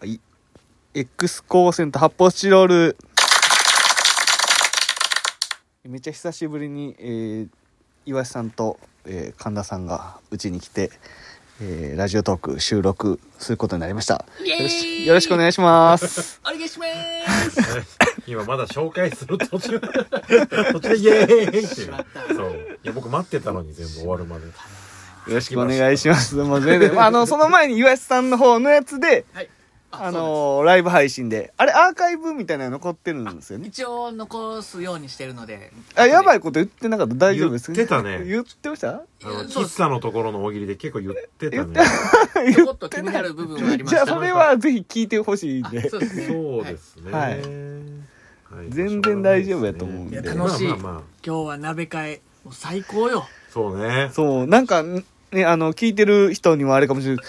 はい。X 光線と発泡スチロール。めっちゃ久しぶりに、えー、岩瀬さんと、えー神田さんがうちに来て、えーラジオトーク収録することになりました。イエーイよろしよろしくお願いします。お願いします 今まだ紹介する途中 途中でイエーイっていうしまったそういや僕待ってたのに全部終わるまでよろしくお願いします。もう全然、まあ、あの、その前に岩瀬さんの方のやつで、はいあのーライブ配信で、あれアーカイブみたいなの残ってるんですよね。一応残すようにしてるのであ、やばいこと言ってなかった大丈夫です言ってたね言ってましたあのそうです喫茶のところの大喜利で結構言ってたね言っちょこっと気になる部分がありまじしゃあたそれはぜひ聞いてほしいんあでそうですねそうはいですね、はいはい全然大丈夫やと思うんでしょうが楽なしい、ですねまあまあまあ今日は鍋会もう最高よそうねそうなんかねあの聞いてる人にもあれかもしれない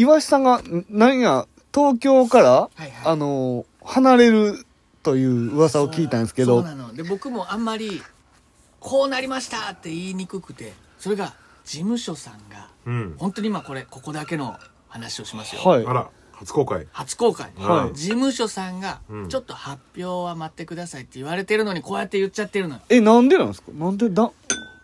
岩下さんがんなんや東京からはいはいあの離れるという噂を聞いたんですけそうどなので僕もあんまりこうなりましたって言いにくくてそれが事務所さんがうん本当に今これここだけの話をしますよ、はいあら初公開初公開、はい事務所さんがうんちょっと発表は待ってくださいって言われてるのにこうやって言っちゃってるのよえなんでなんですかなんでだ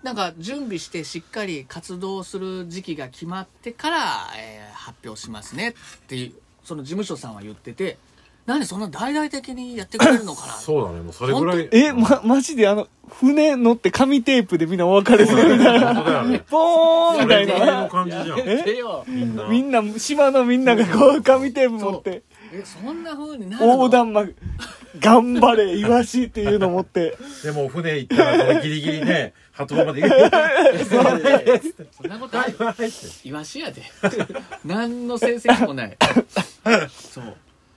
なんか準備してしっかり活動する時期が決まってから、えー発表しますねっていうその事務所さんは言っててなんでそんな大々的にやってくれるのかなそうだねもうそれぐらいえまマジであの船乗って紙テープでみんなお別れすそうだるみたいねな本当だよねポーンそみたいれぐらいなの感じじゃんやってよみんなみんな島のみんながこう紙テープ持ってえそんな風になるの横断幕頑張れイワシっていうの持ってでも船行ったらギリギリね波動まで行くそんなことあるはいは いってイワシやで何の先生もないそう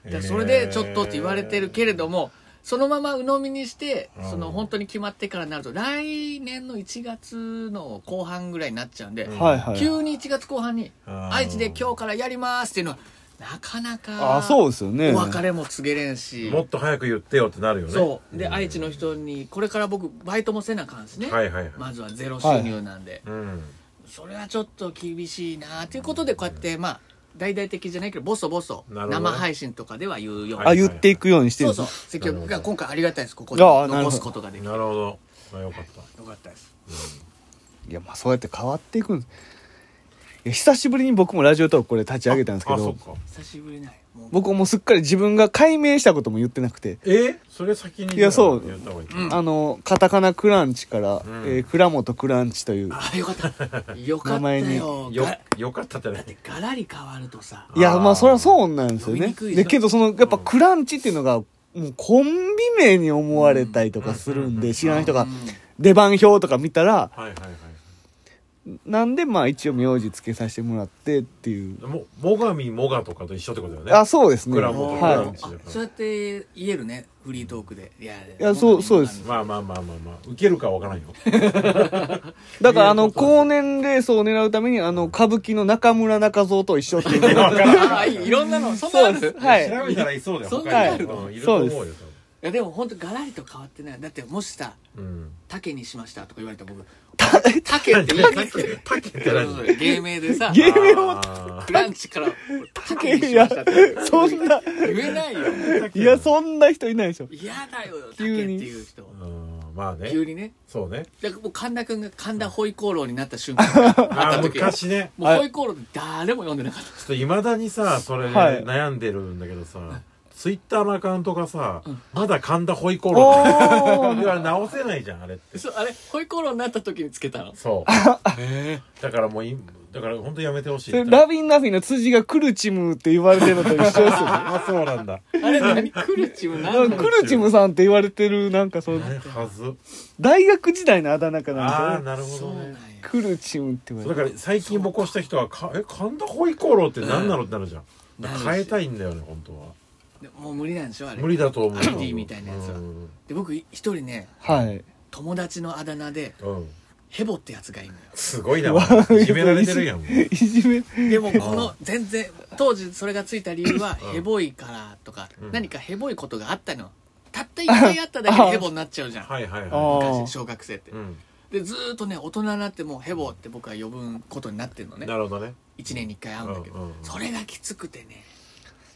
だからそれでちょっとって言われてるけれども、そのまま鵜呑みにしてうんその本当に決まってからになると来年の1月の後半ぐらいになっちゃうんで、うんはいはい急に1月後半に「あー愛知で今日からやります」っていうのはなかなかあそうですよねお別れも告げれんしもっと早く言ってよってなるよねそうで愛知の人にこれから僕バイトもせなあかんしね、はいはいはいまずはゼロ収入なんで、うんそれはちょっと厳しいなということでこうやってまあ大々的じゃないけどボソボソなるほどね生配信とかでは言うようはあい言っていくようにしてそるんでうすそうね積極なるがほど今回ありがたいですここにああなるほど残すことができてよなるほどまあよかったかったですいやまあそうやって変わっていくんですいや久しぶりに僕もラジオトークこれ立ち上げたんですけあそどっか久しぶりないもう僕もすっかり自分が解明したことも言ってなくてえそれ先にいやそう言った方がいいかうんあのカタカナクランチから、んえー倉本クランチというあよかったよか名った前よによがよかったじゃないガラリ変わるとさいやあーまあそれはそうなんですよ飲みねにくいじゃんでけどそのやっぱクランチっていうのがもうコンビ名に思われたりとかするんで知らない人うがん出番表とか見たらはいはいはいなんでまあ一応名字つけさせてもらってっていうももがみもがとかと一緒ってことだよねあそうですね倉本クラはンいチあそうやって言えるねフリートークでいやいやそうそうですまあまあまあまあまあ受けるかは分 からんよだからあいのうことです高年齢層を狙うためにあの歌舞伎の中村中蔵と一緒っていう あいいろんなのそんなのあるそうですはい調べたらいそうだよそんな他あにるものうんいると思うよそう多いやでも本当ガラリと変わってないだってもしさ分うん竹にしましたとか言われたら僕「竹」って言いにくいタケって何そうそう芸名でさ芸名をあクランチから「竹」にいしやましたってそんな言えないよーいやそんな人いないでしょ嫌だよ竹って急にいう人うんまあね急にねそうねだからもう神田君が神田ホイコーローになった瞬間会あったー時昔ねもうホイコーロー誰も読んでなかっちょっといまだにさそれねはい悩んでるんだけどさツイッターのアカウントがさまだ神田ホイコーロおー いーや直せないじゃんあれってたそうあれホイコーローになった時につけたのそうへだからもういだから本当やめてほしいそれラビンラフィの辻がクルチムって言われてるのと一緒ですよ あそうなんだえあれ何クルチムな何んなかのクルチムさんって言われてるなんかそのないはず大学時代のあだ名かあなあんですよねなるほそどうなんねやクルチムって言わだれてから最近ぼこした人はかえ神田ホイコーローって何なのってなるじゃんうん変えたいんだよね本当はでもう無理なんでしょあれ無理だと思うキティみたいなやつはうんで僕一人ねはい友達のあだ名でうんヘボってやつがいるのよすごいなお前いじめられて るやんいじめでもこの全然当時それがついた理由はヘボいからとかうん何かヘボいことがあったのたった一回あ っただけでヘボになっちゃうじゃんはいはいあはー昔小学生っていうんでずーっとね大人になってもうヘボって僕は呼ぶことになってるのねなるほどね1年に1回会うんだけうんうどんうんそれがきつくてね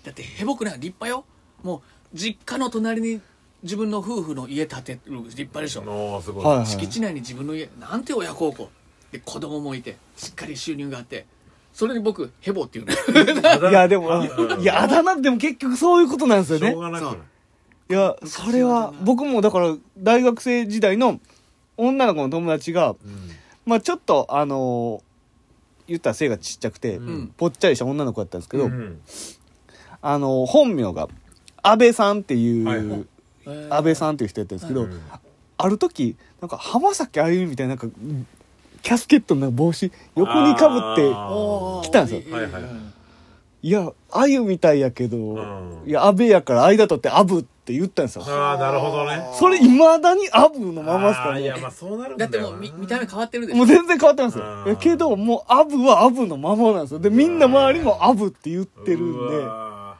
だってへぼくない立派よもう実家の隣に自分の夫婦の家建てる立派でしょおーすごい、はいはい敷地内に自分の家なんて親孝行で子供もいてしっかり収入があってそれに僕ヘボっていうのいやでもうんいやあだ名でも結局そういうことなんですよしねょうがなくないいやそれは僕もだから大学生時代の女の子の友達がうんまあちょっとあのー言ったら背がちっちゃくて、んぽっちゃりした女の子だったんですけど、うんあのー本名が安倍さんっていう、はいはい 安倍 さんんっていう人やったんですけど、うんある時なんか浜崎あゆみみたいななんかキャスケットの帽子横にかぶってあー来たんですよはいはいはいいやあゆみたいやけど、んいや安倍やから間取ってアブって言ったんですよああなるほどねそれいまだにアブのままですからあーいねやまあそうなるんだだっよてなもう見見た目変わってるでし ょもう全然変わってますあよーいやけどもうアブはアブのままなんですよでみんな周りもアブって言ってるんうでわ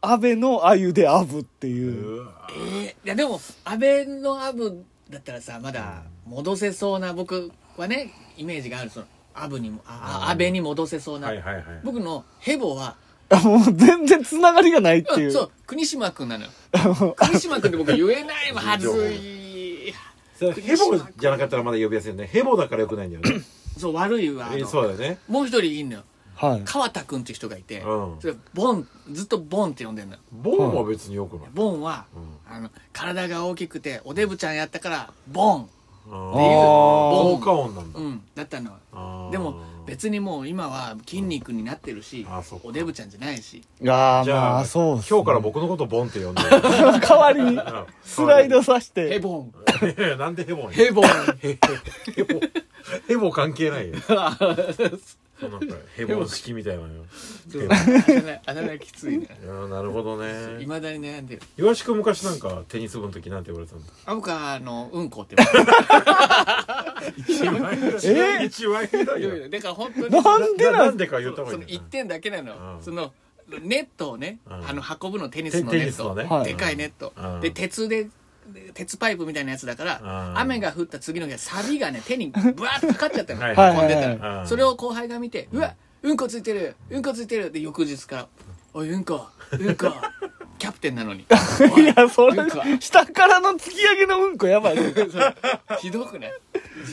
安倍のあゆでアブってーいううわえーいやでも安倍のアブだったらさまだ戻せそうな僕はねイメージがあるそのアブにもああ安倍に戻せそうーな、はいはいはい僕のヘボはあもう全然つながりがないってういんそうう国島君なのよ 国島君って僕言えないはずいそれヘボじゃなかったらまだ呼びやすいよねヘボだからよくないんだよねそう悪いわあのえーそうだよねもう一人いんのよはい川田君っていう人がいて、うんそれボンずっとボンって呼んでんのよボンは別によくないボンは、あの体が大きくておデブちゃんやったからボン、うっんていうボ効果音なんだうん、だったのよあーでも別にもう今は筋肉になってるしあーそっかおデブちゃんじゃないしいやーじまゃああそう今っ日すねから僕のことボンって呼んで代わりに スライ ドさせヘてボンうんなんでヘボンやヘ ボンヘボヘボ関 係ないよなんかヘボ式みたいなのよそうあだ名あだ名きついねいやーなるほどいねまだに悩んでる岩橋君昔なんかテニス部の時なんて言われてたんだあ僕はあのうんこって言われ一番え一番ひどいてよるだから本当になんでななんんでか言った方がそいいのね1点だけなの、うんそのネットをね、うんあの運ぶのテニスのテネテニッスのト、ねはいでかいネット、うんで鉄でで鉄パイプみたいなやつだから、うん雨が降った次の日はサビがね 手にぶわーっとかかっちゃったのはいはい飛んでったの、うんそれを後輩が見て「うわうんこついてるうんこついてる」で翌日から「おいうんこうん こキャプテンなのに」おいやそれうんこ下からの突き上げのうんこやばいねそうひどくない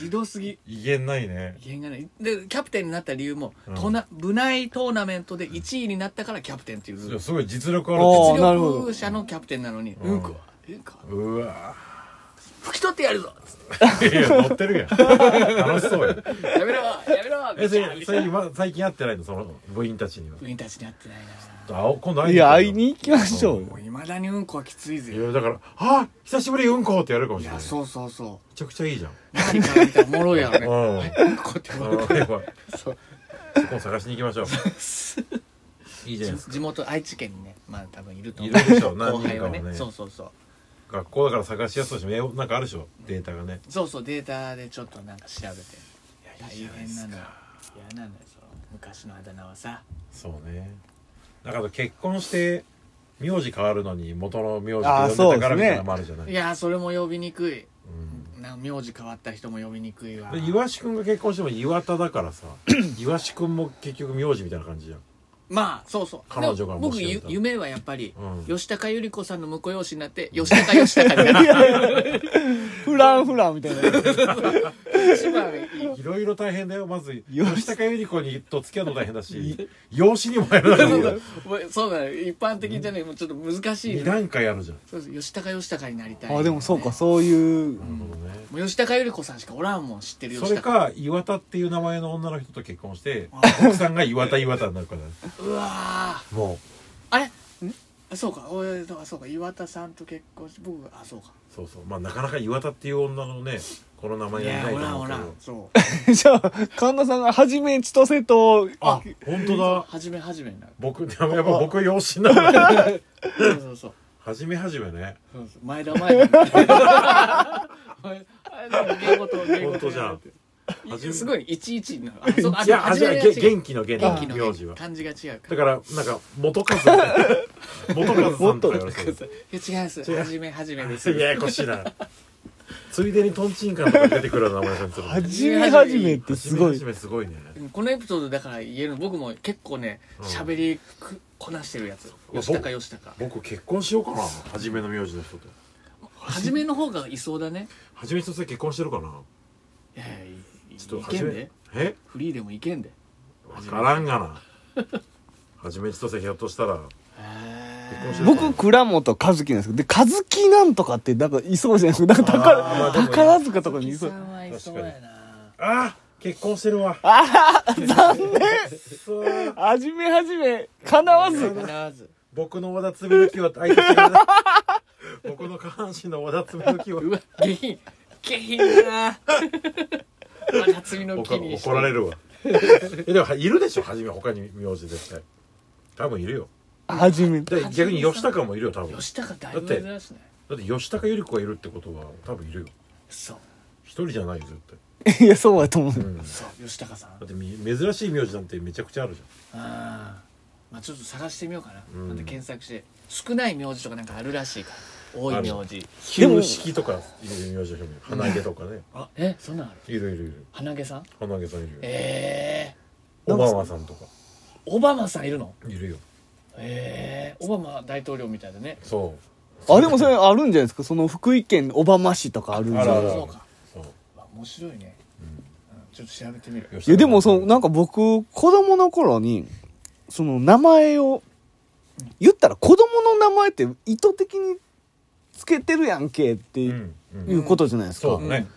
ひどすぎ言えないね原因がないでキャプテンになった理由も、トナ部内トーナメントで1位になったからキャプテンっていういや実すごい実力あおるーなるほど力者のキャプテンなのに「うんこうんこうわ拭き取ってやるぞーいや乗ってるやん楽しそうやんやめろやめろ」えみそたいれなそれ今最近会ってないのその部員たちには部員たちに会ってないあお今度会いいにや行くよ会いに行きましょうなよいまだにうんこはきついぜいやだから「あ久しぶりうんこ」ってやるかもいしれないやめそうそうそちゃくちゃいいじゃんう何か見たらおもろいやろねうんうんこって言われてあやばいそうそこを探しに行きましょ ういいじゃないですか地元愛知県にねまあ多分いると思いるでしょう後輩は何人かはねねそうそうそう学校だから探しやすいしメールなんかあるでしょデータがねそうそうデータでちょっとなんか調べて大変なのよ嫌なのよその昔のあだ名はさそうねだから結婚して名字変わるのに元の名字あーで呼んでたからそうですねみたいなのもあるじゃないいやーそれも呼びにくいうんな名字変わった人も呼びにくいわで岩橋君が結婚しても岩田だからさ岩橋君も結局名字みたいな感じじゃんまあそうそう彼女がでもも僕し呼んだゆら夢はやっぱり、うん吉高由里子さんの婿養子になって吉高吉高になる フランフランみたいな一番いいいろいろ大変だよまずよし吉高由里子にと付き合うの大変だし養子にもやるだ ろうそうだね一般的じゃないもうちょっと難しいね2段階やるじゃんそうです吉高吉高になりたい、あでもそうかそういう なるほどねもう吉高由里子さんしかおらんもん知ってるそ吉れ高か岩田っていう名前の女の人と結婚して奥さんが岩田岩田になるからうわーもあれあそうか俺だからそうか岩田さんと結婚して僕があそうかうそうそうまあなかなか岩田っていう女のねこの名前いがいやないおとらん思うおけらどんそうじゃあ神田さんが初め千歳とあ本当だはじめはじめになる僕やっぱ僕養子になるそうそうそう初め初めねそうそう前田前田前田の芸事芸事本当じゃんいはじめすごい11になるあそうあいや初初めめがげ違う元気の元元気の名字は漢字が違うかだらからなんか元和さん元和さんとか言われてるいや違うんですはじめはじめですややこしいなついでにトンチンカンとか出てくる名前なんですよ初め初めってすご初いめ初めすごいねこのエピソードだから言えるの僕も結構ね喋りくこなしてるやつや吉高吉高僕結婚しようかな初めの名字の人と初めの方がいそうだね初めの人と結婚してるかないやいやいいちょっといけ初んめでえフリーでもいけんでわからんがな初め人とひょっとしたら結婚してるか僕倉本和樹なんですけどで和樹なんとかってなんかいそうじゃないですかなんかあー宝宝塚とかにい木そさうんはいそうやななあ結婚してるわ残念初め初め叶わず必ず僕の和田爪抜きは相手違うな僕の下半身の和田爪抜きはうわ下品下品だなまだ摘みの僕は木に怒られるるわえ でもいるでしょ初め他に名字絶対多分いるよ初めで逆に吉高もいるよ多分だ吉高だいぶ珍しいねって吉高由里子がいるってことは多分いるよそう一人じゃないよ絶対いやそうやと思う、そう吉高さんだってみ珍しい名字なんてめちゃくちゃあるじあーまあちょっと探してみようかな、うんまた検索して少ない名字とかなんかあるらしいから多い名字ゃでんも旧式とかいる名字の人もいる鼻毛とかねあえそんなんあるいるいるいる鼻毛さん鼻毛さんいるよえオバマさんとかー、オバマさんいるのいるよえー、オバマ大統領みたいだねそうあでもそれあるんじゃないですかその福井県小浜市とかあるんじゃあるなあいるあそうるかそうわ面白いね、うんちょっと調べてみるいやでもそのななんか僕子供の頃にその名前を言ったら子供の名前って意図的につけてるやんけってういんうんうことじゃないですか、そうね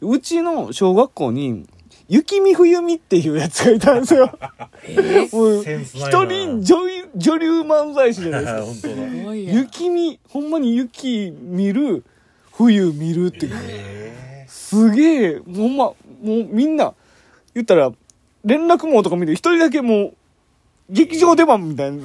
うちの小学校に雪見冬美っていうやつがいたんですよえー、すもうセンスないな一人女優女流漫才師じゃないですか 本当だごいやん雪見ほんまに雪見る冬見るっていうえすげえ、ほんま、もうみんな、言 ったら、連絡網とか見て、一人だけもう、劇場出番みたいな。